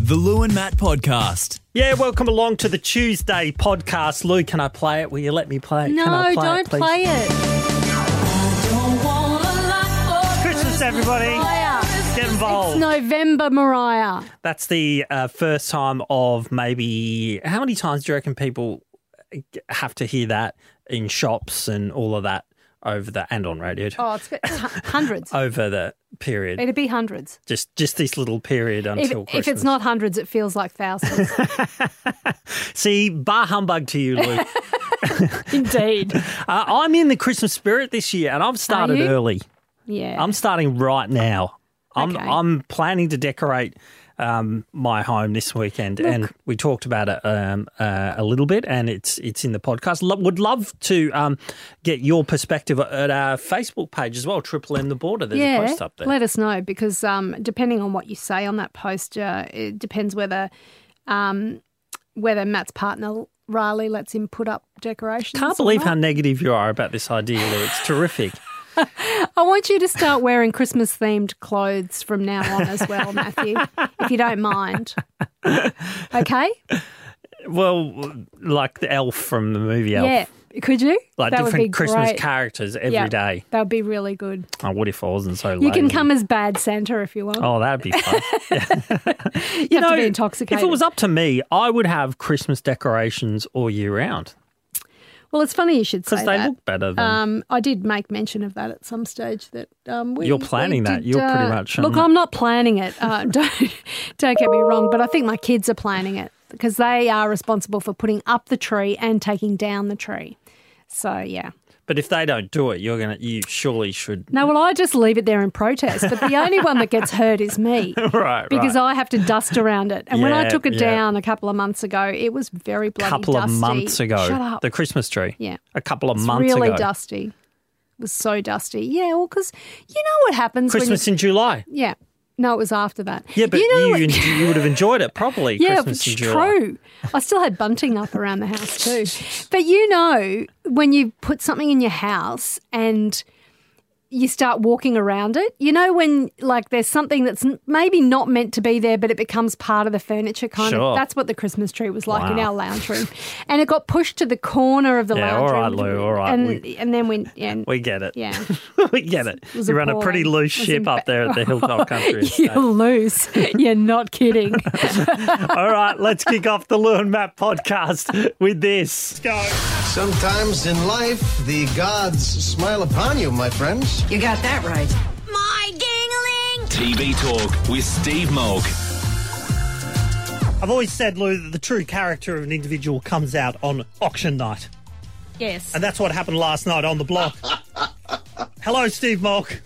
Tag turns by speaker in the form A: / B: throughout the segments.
A: The Lou and Matt Podcast.
B: Yeah, welcome along to the Tuesday podcast. Lou, can I play it? Will you let me play it?
C: No,
B: can I play
C: don't
B: it, please?
C: play it.
B: Christmas, everybody. Get involved.
C: It's November, Mariah.
B: That's the uh, first time of maybe how many times do you reckon people uh, have to hear that in shops and all of that over the and on radio
C: Oh, it's it's hun- hundreds.
B: over the period?
C: It'd be hundreds.
B: just just this little period
C: If,
B: until
C: if
B: Christmas.
C: it's not hundreds, it feels like thousands.
B: See, bar humbug to you, Luke.
C: Indeed.
B: uh, I'm in the Christmas spirit this year, and I've started
C: you?
B: early.
C: Yeah.
B: I'm starting right now. I'm
C: Okay.
B: I'm planning to decorate um, my home this weekend, and we talked about it um, uh, a little bit, and it's it's in the podcast. Lo- would love to um, get your perspective at our Facebook page as well. Triple M the border. There's
C: yeah,
B: a post up there.
C: let us know because um, depending on what you say on that poster, it depends whether um, whether Matt's partner Riley lets him put up decorations.
B: Can't
C: or
B: believe how
C: not.
B: negative you are about this idea, Lou. It's terrific.
C: I want you to start wearing Christmas themed clothes from now on as well, Matthew, if you don't mind. Okay?
B: Well, like the elf from the movie Elf.
C: Yeah. Could you?
B: Like
C: that would be
B: different Christmas
C: great.
B: characters every day.
C: Yeah, That would be really good.
B: Oh, what if I wasn't so
C: You can
B: lazy?
C: come as bad Santa if you want.
B: Oh, that'd be fun.
C: you, have to be intoxicated.
B: If it was up to me, I would have Christmas decorations all year round
C: well, it's funny you should say
B: because they
C: that.
B: look better than.
C: Um, I did make mention of that at some stage. That um, we,
B: You're
C: we
B: planning that.
C: did,
B: You're pretty
C: uh,
B: much,
C: Look,
B: um,
C: I'm not planning it. Uh, don't don't get me wrong, but I think my kids are planning it because they are responsible for putting up the tree and taking down the tree. So yeah.
B: but if they don't do it, you're gonna. You surely should.
C: No, well, I just leave it there in protest. But the only one that gets hurt is me.
B: Right,
C: Because I have to dust around it. And when I
B: Yeah,
C: took it
B: yeah.
C: down a couple of months ago, it was very
B: a
C: bloody
B: couple of
C: dusty.
B: months ago,
C: Shut up.
B: the Christmas tree.
C: Yeah.
B: a couple of
C: It's
B: months
C: really
B: ago.
C: dusty. It was so dusty. Yeah, well, because you know what happens
B: Christmas in July.
C: when you... Yeah. No, it was after that.
B: Yeah, but
C: you
B: you
C: know
B: you,
C: what-
B: you would have enjoyed it properly.
C: Yeah,
B: Christmas in
C: it's
B: July.
C: true. I still had bunting up around the house too. But you know, when you put something in your house and you start walking around it, you know, when like there's something that's n- maybe not meant to be there, but it becomes part of the furniture kind
B: Sure.
C: of. That's what the Christmas tree was like in
B: Wow.
C: our lounge room. And it got pushed to the corner of the
B: Yeah,
C: lounge
B: all right,
C: room.
B: Lou, all right.
C: And,
B: We-
C: and then we, yeah,
B: We get it.
C: yeah.
B: we get it.
C: was
B: you run a pretty
C: appalling.
B: loose
C: It was
B: ship up
C: emba-
B: there at the Hilltop Country Estate.
C: You're loose. You're not kidding.
B: All right, let's kick off the Lou and Matt podcast with this.
D: Sometimes in life, the gods smile upon you, my friends.
E: You got that right.
F: My dingling!
G: TV Talk with Steve Mulg.
B: I've always said, Lou, that the true character of an individual comes out on auction night.
C: yes.
B: And that's what happened last night on the block. Hello, Steve Mock.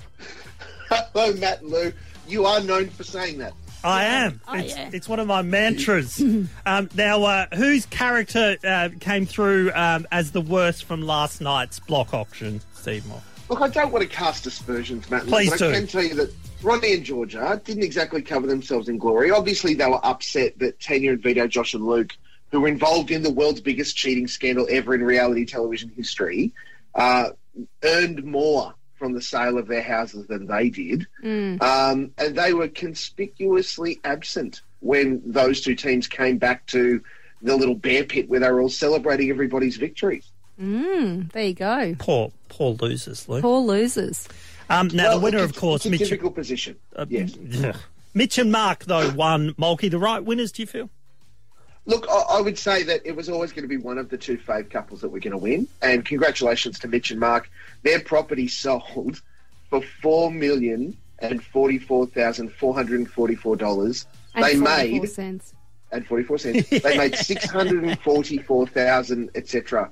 H: Hello, Matt and Lou. You are known for saying that.
B: I am.
C: Oh,
B: it's, it's one of my mantras. um, now, uh, whose character uh, came through um, as the worst from last night's block auction, Steve Mock?
H: Look, I don't want to cast aspersions, Matt and Lou,
B: Please
H: but
B: do.
H: I can tell you that Ronnie and Georgia didn't exactly cover themselves in glory. Obviously, they were upset that Tanya and Vito, Josh and Luke, who were involved in the world's biggest cheating scandal ever in reality television history, uh, earned more from the sale of their houses than they did. Um, and they were conspicuously absent when those two teams came back to the little bear pit where they were all celebrating everybody's victory.
C: There you go.
B: Poor, poor losers, Lou.
C: Poor losers.
B: Um, now,
H: Well,
B: the winner,
H: it's-
B: of course,
H: it's a
B: Mitch.
H: difficult position. yes.
B: Mitch and Mark, though, won. Mulkey, the right winners, do you feel?
H: Look, I, I would say that it was always going to be one of the two fave couples that were going to win. And congratulations to Mitch and Mark. Their property sold for four million and forty-four thousand four hundred and forty-four dollars.
C: And
H: They
C: 44
H: made
C: Cents.
H: and forty-four cents. They made six hundred and forty-four thousand, etc.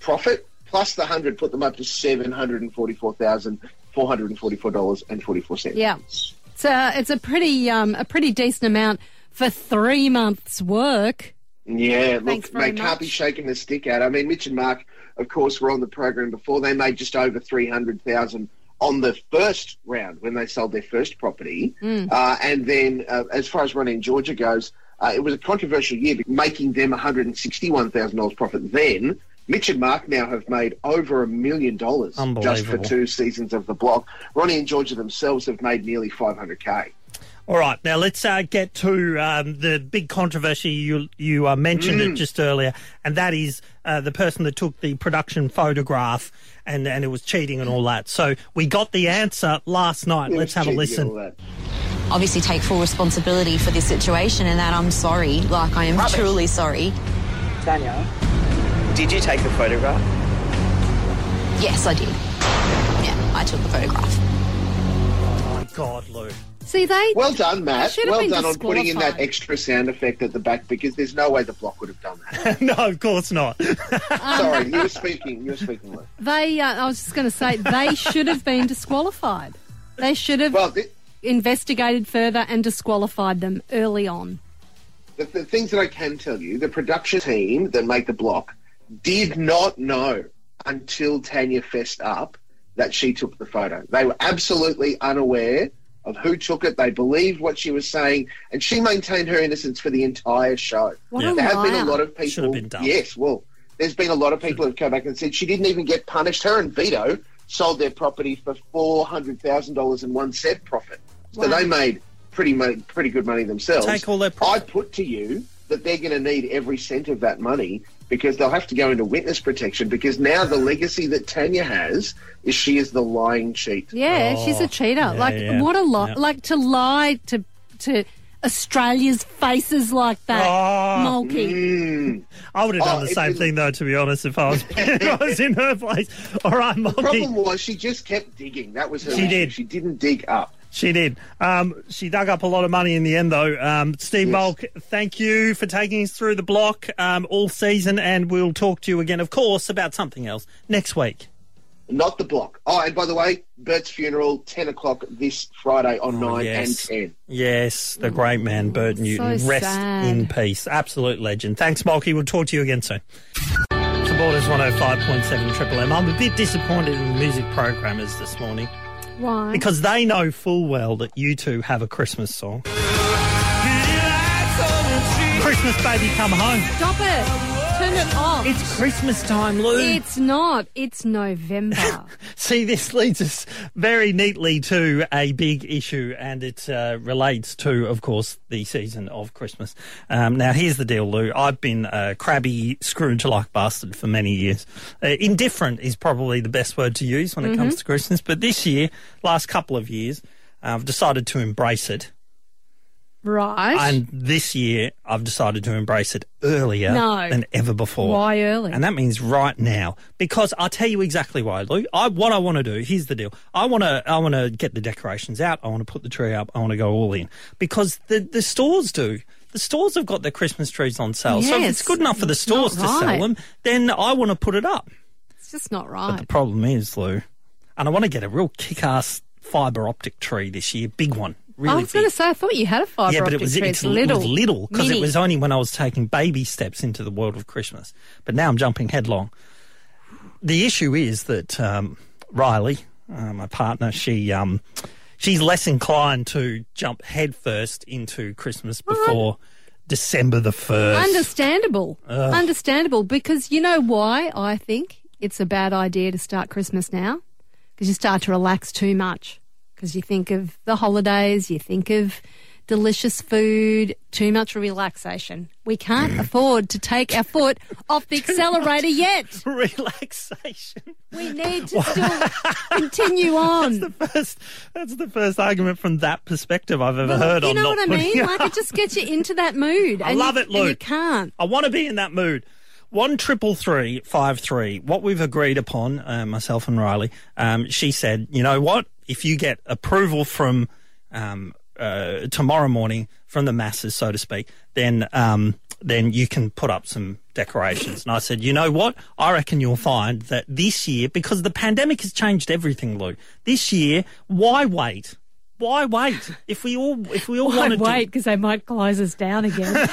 H: Profit plus the hundred put them up to seven hundred and forty-four thousand four hundred and forty-four dollars and forty-four cents.
C: Yeah, it's a it's a pretty um a pretty decent amount for three months' work.
H: Yeah,
C: Thanks
H: look,
C: very
H: they can't be
C: much.
H: shaking the stick out. I mean, Mitch and Mark, of course, were on the program before. They made just over three hundred thousand on the first round when they sold their first property,
C: Mm.
H: uh, and then uh, as far as running Georgia goes, uh, it was a controversial year, but making them one hundred and sixty-one thousand dollars profit. Then Mitch and Mark now have made over a million dollars just for
B: Unbelievable.
H: two seasons of the block. Ronnie and Georgia themselves have made nearly five hundred k.
B: All right, now let's uh, get to um, the big controversy you you uh, mentioned
H: Mm.
B: it just earlier, and that is uh, the person that took the production photograph and and it was cheating and all that. So we got the answer last night.
H: It
B: let's
H: was
B: have a
H: cheeky and all
B: listen.
H: that.
E: obviously take full responsibility for this situation and that I'm sorry. Like, I am truly sorry.
I: Tanya, did you take the photograph?
E: Yes, I did. Yeah, I took the photograph.
B: My God, Luke.
C: See, they
H: Well done, Matt.
C: should have
H: Well
C: been
H: done on putting in that
C: disqualified.
H: extra sound effect at the back because there's no way the block would have done that.
B: no, of course not.
H: Sorry, you were speaking. You were speaking. Luke.
C: they. Uh, I was just going to say they should have been disqualified. They should have
H: Well, the,
C: investigated further and disqualified them early on.
H: the, the things that I can tell you, the production team that made the block did not know until Tanya fessed up that she took the photo. They were absolutely unaware of who took it. They believed what she was saying, and she maintained her innocence for the entire show.
C: What a
H: there have been
C: liar.
H: a lot of people.
B: Should have been done.
H: Yes, well, there's been a lot of people who've come back and said she didn't even get punished. Her and Vito sold their property for four hundred thousand dollars in one set profit, so they made pretty money, pretty good money themselves.
B: Take all their
H: I
B: profit.
H: put to you that they're going to need every cent of that money because they'll have to go into witness protection because now the legacy that Tanya has is she is the lying cheat.
C: Yeah, she's a cheater. like
B: Oh, yeah.
C: what a lot.
B: Yeah.
C: Like to lie to to Australia's faces like that,
B: Oh.
C: Mulkey.
B: I would have done
H: Oh,
B: the
H: it
B: same
H: didn't-
B: thing though, to be honest, if I was, if I was in her place. All right, Mulkey.
H: Problem was she just kept digging. That was her.
B: She
H: issue.
B: did.
H: She didn't dig up.
B: She did. Um, she dug up a lot of money in the end, though. Um, Steve Bulk, thank you for taking us through the block um, all season, and we'll talk to you again, of course, about something else next week.
H: Not the block. Oh, and by the way, Bert's funeral, 10 o'clock this Friday on 9
B: yes.
H: and 10.
B: Yes, the great man, Bert Newton.
C: so
B: Rest
C: sad.
B: in peace. Absolute legend. Thanks, Mulkey. We'll talk to you again soon. oh It's The Borders 105.7 Triple M. I'm a bit disappointed in the music programmers this morning
H: Mm.
C: Why?
B: because they know full well that you two have a Christmas song. Christmas Baby Come Home.
C: Stop it. Turn it off. It's,
B: It's Christmas time, Lou.
C: not. It's November.
B: See, this leads us very neatly to a big issue, and it uh, relates to, of course, the season of Christmas. Um, now, here's the deal, Lou. I've been a crabby Scrooge-like bastard for many years. Uh, indifferent is probably the best word to use when it comes to Christmas, but this year, last couple of years, I've decided to embrace it.
C: right.
B: And this year, I've decided to embrace it earlier
C: No.
B: than ever before.
C: Why early?
B: And that means right now, because I'll tell you exactly why, Lou. I, what I want to do, here's the deal. I want to, I want to get the decorations out. I want to put the tree up. I want to go all in because the, the stores do. The stores have got their Christmas trees on sale. so if
C: Yes,
B: it's good enough for the
C: it's
B: stores
C: not
B: to sell
C: right.
B: them, then I want to put it up.
C: it's just not
B: But
C: right.
B: the problem is, Lou, and I want to get a real kick-ass fiber optic tree this year, big one. Really
C: I was going
B: big.
C: to say, I thought you had a fibre
B: Yeah, but
C: optic
B: it was
C: tree.
B: it's, little, was little because it
C: Mini.
B: was only when I was taking baby steps into the world of Christmas. But now I'm jumping headlong. The issue is that um, Riley, uh, my partner, she um, she's less inclined to jump headfirst into Christmas before December the first.
C: Understandable. Understandable. Because you know why I think it's a bad idea to start Christmas now? Because you start to relax too much. Because you think of the holidays, you think of delicious food, too much relaxation. We
B: Mm.
C: can't afford to take our foot off the accelerator yet.
B: Relaxation.
C: We need to still continue on.
B: First, that's the first argument from that perspective I've ever heard.
C: you
B: on
C: know
B: not
C: what I mean?
B: putting-
C: Like it just gets you into that mood.
B: I
C: and you-
B: love it,
C: and
B: Lou.
C: you can't.
B: I want to be in that mood. One triple three five three. What we've agreed upon, uh, myself and Riley. Um, she said, "You know what? If you get approval from um, uh, tomorrow morning from the masses, so to speak, then um, then you can put up some decorations." And I said, "You know what? I reckon you'll find that this year, because the pandemic has changed everything, Lou. This year, why wait? Why wait? If we all if we all
C: Why
B: wanted to
C: wait? Because they might close us down again.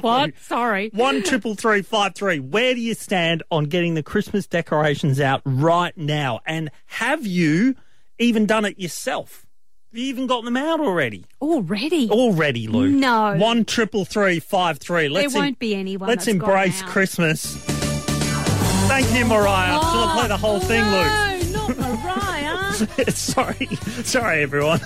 C: what? Sorry.
B: One triple three five three. Where do you stand on getting the Christmas decorations out right now? And have you even done it yourself? Have you even got them out already?
C: Already?
B: Oh, Already, Lou?
C: No.
B: One triple three five three. Let's
C: there won't be anyone.
B: Let's
C: that's
B: embrace
C: gone out.
B: Christmas. Thank you, Mariah. Shall I play the whole thing, Lou?
C: No, Oh, not Mariah.
B: sorry, sorry, everyone.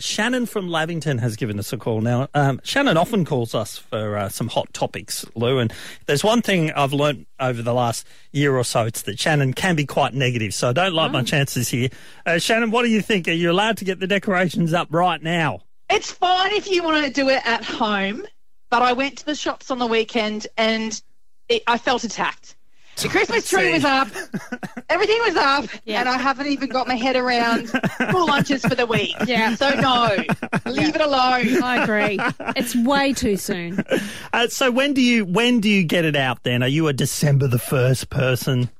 B: Shannon from Lavington has given us a call now. Um, Shannon often calls us for uh, some hot topics, Lou. And if there's one thing I've learnt over the last year or so. It's that Shannon can be quite negative, so I don't like my
C: Oh.
B: chances here. Uh, Shannon, what do you think? Are you allowed to get the decorations up right now?
J: It's fine if you want to do it at home, but I went to the shops on the weekend and it, I felt attacked. The Christmas tree was up, everything was up, and I haven't even got my head around full lunches for the week.
C: Yeah.
J: So no, leave it alone.
C: I agree. It's way too soon.
B: Uh, so when do you when do you get it out? Then are you a December the first person?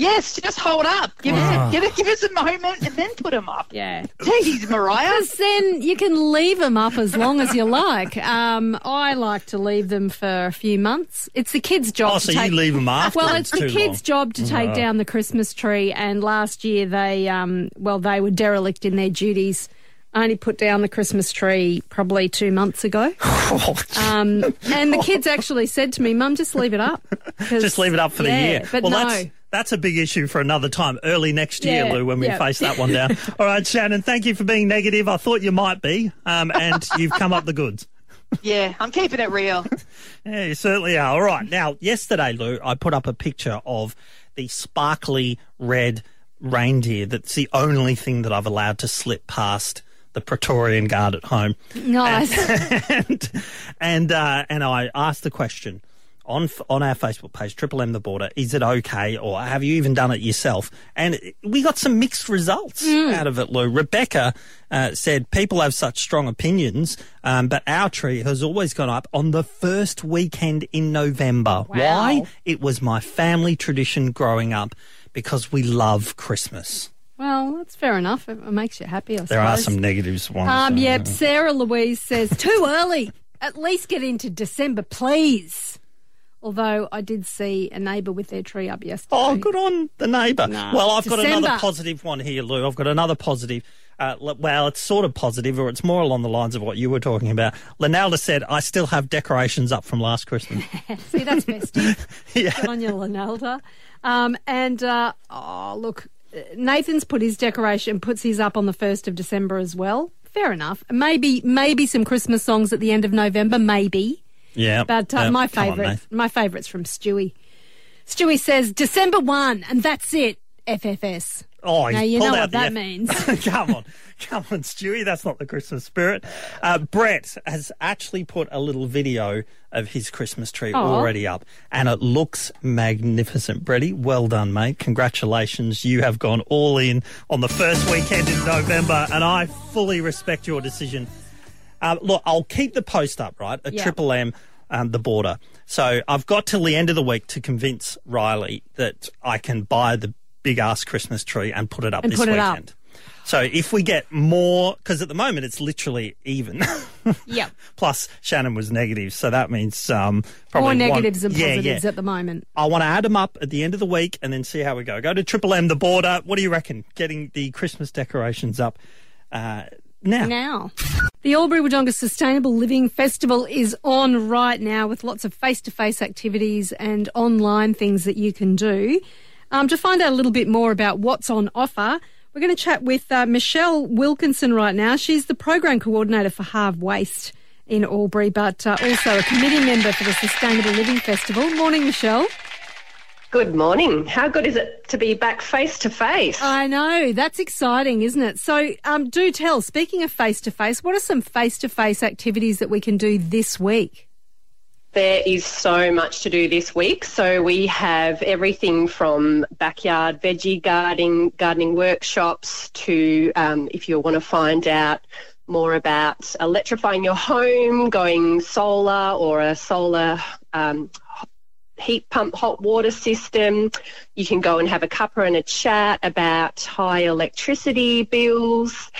J: Yes, just hold up. Give us, a, give, us, give us a moment and then put them up.
C: Yeah.
J: Jeez, Mariah.
C: Because then you can leave them up as long as you like. Um, I like to leave them for a few months. It's the kids' job.
B: Oh,
C: to
B: so
C: take-
B: you leave them after?
C: Well, it's the
B: too
C: kids'
B: long.
C: job to take down the Christmas tree, and last year they, um, well, they were derelict in their duties. I only put down the Christmas tree probably two months ago,
B: Oh,
C: um, and the kids actually said to me, "Mum, just leave it up.
B: Just leave it up for
C: yeah,
B: the year.
C: But
B: well,
C: no,
B: that's that's a big issue for another time, early next year,
C: Yeah,
B: Lou, when we
C: yeah.
B: face that one down. All right, Shannon, thank you for being negative. I thought you might be, um, and you've come up the goods.
J: Yeah, I'm keeping it real.
B: Yeah, you certainly are. All right. Now, yesterday, Lou, I put up a picture of the sparkly red reindeer that's the only thing that I've allowed to slip past the Praetorian Guard at home.
C: nice.
B: and and, uh, and I asked the question on f- on our Facebook page, Triple M the Border, is it okay, or have you even done it yourself? And we got some mixed results out of it. Lou Rebecca uh, said people have such strong opinions, um, but our tree has always gone up on the first weekend in November. Why? It was my family tradition growing up because we love Christmas.
C: well, that's fair enough. It, it makes you happy. I suppose.
B: There are some negatives ones.
C: Um,
B: though.
C: yep. Sarah Louise says, too early. At least get into December, please. Although I did see a neighbour with their tree up yesterday.
B: Oh, good on the neighbour. Well, I've got
C: December.
B: another positive one here, Lou. I've got another positive. Uh, l- well, it's sort of positive, or it's more along the lines of what you were talking about. Linalda said, I still have decorations up from last Christmas.
C: See, that's festive.
B: Yeah.
C: Good on you, Linalda. Um, and, uh, oh, look, Nathan's put his decoration, puts his up on the 1st of December as well. Fair enough. Maybe, maybe some Christmas songs at the end of November, maybe.
B: yeah.
C: But uh,
B: Yeah,
C: my
B: come on,
C: favourite,
B: Nath.
C: my favourite's from Stewie. Stewie says December one, and that's it. FFS.
B: Oh, he's
C: now you
B: pulled
C: know
B: out
C: what
B: the
C: that
B: F-
C: means.
B: come on, come on, Stewie. That's not the Christmas spirit. Uh, Brett has actually put a little video of his Christmas tree already up, and it looks magnificent. Bretty, well done, mate. Congratulations. You have gone all in on the first weekend in November, and I fully respect your decision. Um, look, I'll keep the post up, right? At
C: Yeah.
B: Triple M, um, the border. So I've got till the end of the week to convince Riley that I can buy the big ass Christmas tree and put it up
C: And
B: this
C: put it up.
B: weekend. So if we get more, because at the moment it's literally even.
C: Yep.
B: Plus, Shannon was negative, so that means um, probably
C: More
B: one-
C: negatives than
B: Yeah,
C: positives
B: yeah.
C: at the moment.
B: I want to add them up at the end of the week and then see how we go. Go to Triple M, the border. What do you reckon? Getting the Christmas decorations up uh,
C: Now, the Albury Wodonga Sustainable Living Festival is on right now with lots of face-to-face activities and online things that you can do. Um, to find out a little bit more about what's on offer, we're going to chat with uh, Michelle Wilkinson right now. She's the program coordinator for Halve Waste in Albury, but uh, also a committee member for the Sustainable Living Festival. Morning, Michelle.
K: Good morning. How good is it to be back face to face?
C: I know. That's exciting, isn't it? So, um, do tell, speaking of face to face, what are some face to face activities that we can do this week?
K: There is so much to do this week. So we have everything from backyard veggie gardening, gardening workshops to um, if you want to find out more about electrifying your home, going solar or a solar um, heat pump hot water system. You can go and have a cuppa and a chat about high electricity bills,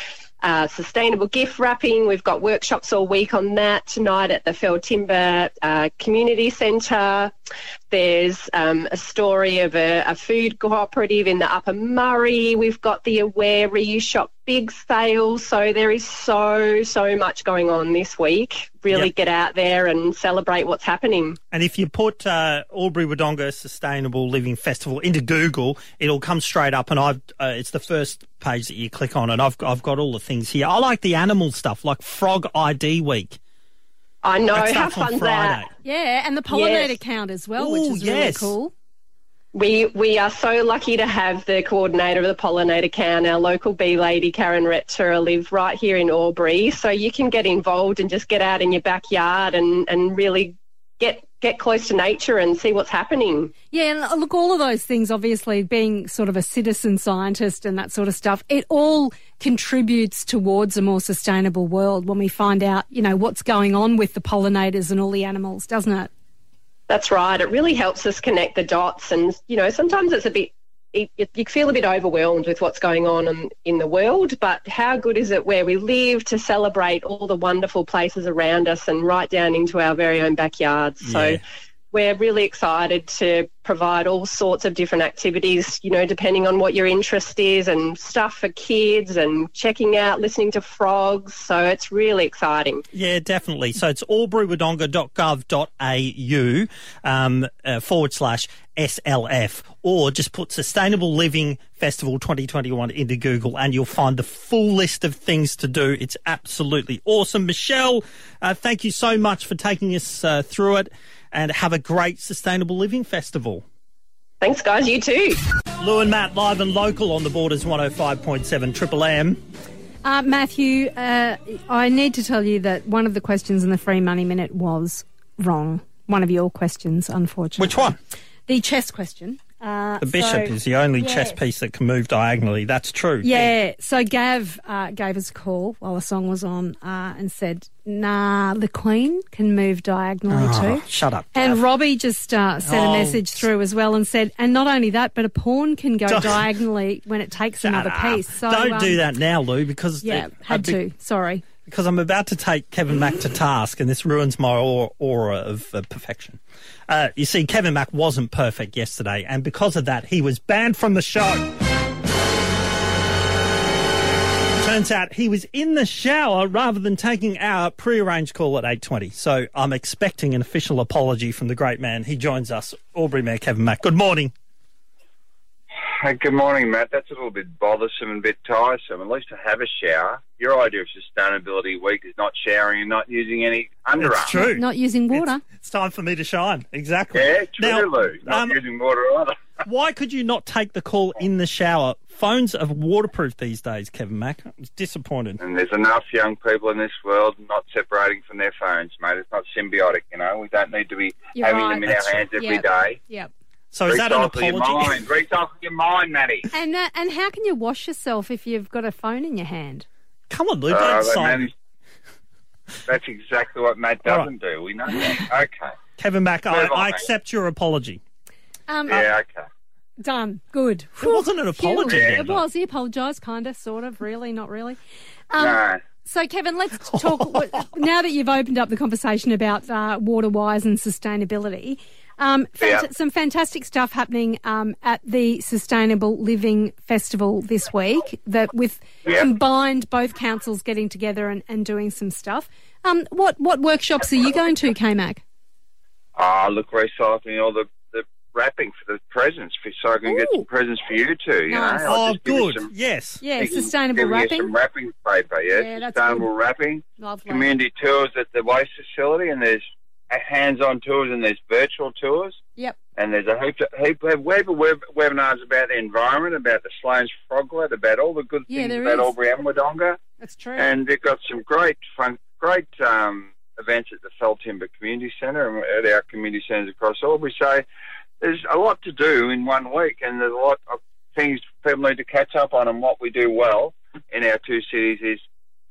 K: uh, sustainable gift wrapping. We've got workshops all week on that tonight at the Fell Timber uh, Community Centre. There's um, a story of a, a, food cooperative in the Upper Murray. We've got the Aware Reuse Shop big sale. So there is so, so much going on this week. Really yep. get out there and celebrate what's happening.
B: And if you put uh, Albury Wodonga Sustainable Living Festival into Google, it'll come straight up. And I've, uh, it's the first page that you click on. And I've, I've got all the things here. I like the animal stuff, like Frog ID Week.
K: I know. Oh, How fun's that?
C: Yeah, and the pollinator yes. count as well, Ooh, which is yes. really cool.
K: We we are so lucky to have the coordinator of the pollinator count, our local bee lady Karen Retcher, live right here in Albury. So you can get involved and just get out in your backyard and, and really get get close to nature and see what's happening.
C: Yeah, and uh, look, all of those things, obviously, being sort of a citizen scientist and that sort of stuff, it all contributes towards a more sustainable world when we find out, you know, what's going on with the pollinators and all the animals, doesn't it?
K: That's right. It really helps us connect the dots. And, you know, sometimes it's a bit you feel a bit overwhelmed with what's going on in, the world, but how good is it where we live to celebrate all the wonderful places around us and right down into our very own backyards? Yeah. So we're really excited to provide all sorts of different activities, you know, depending on what your interest is and stuff for kids and checking out, listening to frogs. So it's really exciting.
B: Yeah, definitely. So it's allbrewwodonga.gov.au um, uh, forward slash SLF or just put Sustainable Living Festival 2021 into Google and you'll find the full list of things to do. It's absolutely awesome. Michelle, uh, thank you so much for taking us uh, through it and have a great Sustainable Living Festival.
K: Thanks, guys. You too.
B: Lou and Matt, live and local on the borders 105.7 Triple M.
C: Uh, Matthew, uh, I need to tell you that one of the questions in the free money minute was wrong. One of your questions, unfortunately.
B: Which one?
C: the chess question.
B: Uh, the bishop so, is the only yes. chess piece that can move diagonally. That's true.
C: Yeah. yeah. So Gav uh, gave us a call while the song was on uh, and said, "Nah, the queen can move diagonally oh,
B: too." Shut up.
C: Gav. And Robbie just sent oh. a message through as well and said, "And not only that, but a pawn can go diagonally when it takes Shut another up. piece." So
B: don't um, do that now, Lou, because
C: yeah, it, had be- to. Sorry.
B: Because I'm about to take Kevin Mack to task, and this ruins my aura of perfection. Uh, you see, Kevin Mack wasn't perfect yesterday, and because of that, he was banned from the show. Turns out he was in the shower rather than taking our pre-arranged call at 8.20. So I'm expecting an official apology from the great man. He joins us, Aubrey Mayor Kevin Mack. Good morning.
G: Hey, good morning, Matt. That's a little bit bothersome and a bit tiresome. At least I have a shower. Your idea of sustainability week is not showering and not using any underarms.
B: It's true.
C: Not using water.
B: It's, it's, time for me to shine. Exactly.
G: Yeah, true, now, Lou. Not um, using water either.
B: why could you not take the call in the shower? Phones are waterproof these days, Kevin Mack. I was disappointed.
G: And there's enough young people in this world not separating from their phones, mate. It's not symbiotic, you know. We don't need to be You're having right. them in That's our hands right. every
C: yep.
G: day.
C: Yep.
B: So is that an apology?
G: Your mind. Recycle your mind, Matty.
C: And uh, and how can you wash yourself if you've got a phone in your hand?
B: Come on, Lou. Uh,
G: managed... That's exactly what Matt doesn't right. do. We know that. Okay.
B: Kevin Mack, I, on, I, accept your apology.
G: Um, yeah, okay.
C: Done. Good.
B: It wasn't an apology.
C: Yeah. It was. He apologised, kind of, sort of, really, not really.
G: Um, no.
C: So, Kevin, let's talk. now that you've opened up the conversation about uh, water wise and sustainability, um, fant- yeah. Some fantastic stuff happening um, at the Sustainable Living Festival this week. That with yeah. combined both councils getting together and, and doing some stuff. Um, what what workshops are you going to, KMAC?
G: Ah, uh, look, recycling all the, the wrapping for the presents, for, so I can Ooh. get some presents for you too. You nice. know,
B: I'll oh, good. Some, yes,
C: yeah, sustainable wrapping.
G: Some wrapping paper, yeah, yeah sustainable wrapping.
C: Lovely.
G: Community tours at the waste facility, and there's hands-on tours and there's virtual tours.
C: Yep.
G: And there's a heap, to, heap of web, web, webinars about the environment, about the Sloan's Froglet, about all the good yeah, things about is. Albury and Wodonga.
C: That's true.
G: And they've got some great fun, great um, events at the Fell Timber Community Centre and at our community centres across Albury. So there's a lot to do in one week, and there's a lot of things people need to catch up on. And what we do well in our two cities is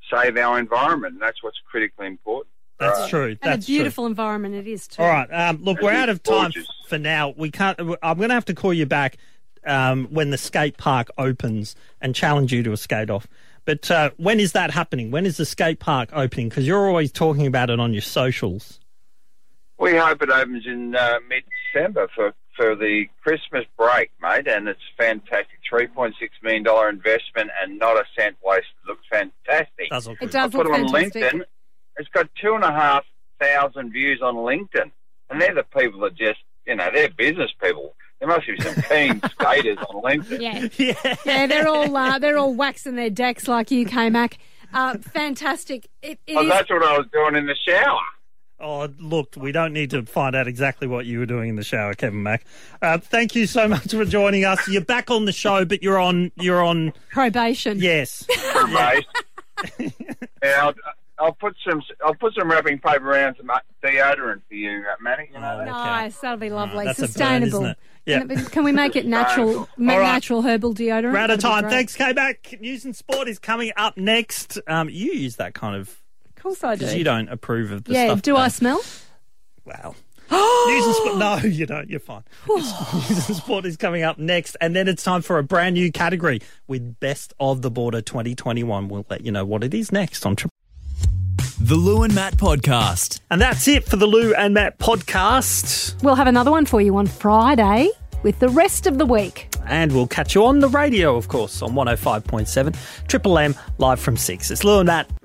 G: save our environment, and that's what's critically important.
B: That's right. true.
C: And
B: That's
C: a beautiful
B: true.
C: environment it is too.
B: All right. Um, look, we're out of time f- for now. We can't. I'm going to have to call you back um, when the skate park opens and challenge you to a skate off. But uh, when is that happening? When is the skate park opening? Because you're always talking about it on your socials.
G: We hope it opens in uh, mid December for, for the Christmas break, mate, and it's fantastic. $3.6 million investment and not a cent wasted. Looks fantastic.
B: Does look
G: I
B: good. does
G: put
B: look
G: it on
B: fantastic.
G: LinkedIn. It's got two and a half thousand views on LinkedIn. And they're the people that just, you know, they're business people. There must be some keen skaters on LinkedIn.
C: Yeah. yeah, They're all uh, they're all waxing their decks like you, K Mac. Uh, fantastic. It, it
G: Well,
C: is-
G: Oh, that's what I was doing in the shower.
B: Oh, look, we don't need to find out exactly what you were doing in the shower, Kevin Mack. Uh, thank you so much for joining us. You're back on the show, but you're on you're on
C: probation.
B: Yes.
G: mate. Now, I'll, I'll put some I'll put some wrapping paper around some uh, deodorant for you, uh, Manny. You know,
C: Nice, that'll Ah, be lovely.
B: Ah, that's a burn,
C: Sustainable.
B: isn't it? Yeah.
C: Can, it- can we make it natural?
B: Sustainable.
C: Make
B: All right.
C: natural herbal deodorant.
B: We're out of
C: That'd be
B: time.
C: great.
B: Thanks, K Mac. News and sport is coming up next. Um, you use that kind of
C: Of course I
B: because
C: do.
B: you don't approve of the
C: yeah.
B: stuff.
C: Do I smell?
B: Wow. News and sport. No, you don't. You're fine. News and sport is coming up next, and then it's time for a brand new category with Best of the Border 2021. We'll let you know what it is next on Triple.
A: The Lou and Matt Podcast.
B: And that's it for the Lou and Matt podcast.
L: We'll have another one for you on Friday with the rest of the week.
B: And we'll oh catch you on the radio, of course, on 105.7 Triple M live from 6. It's Lou and Matt.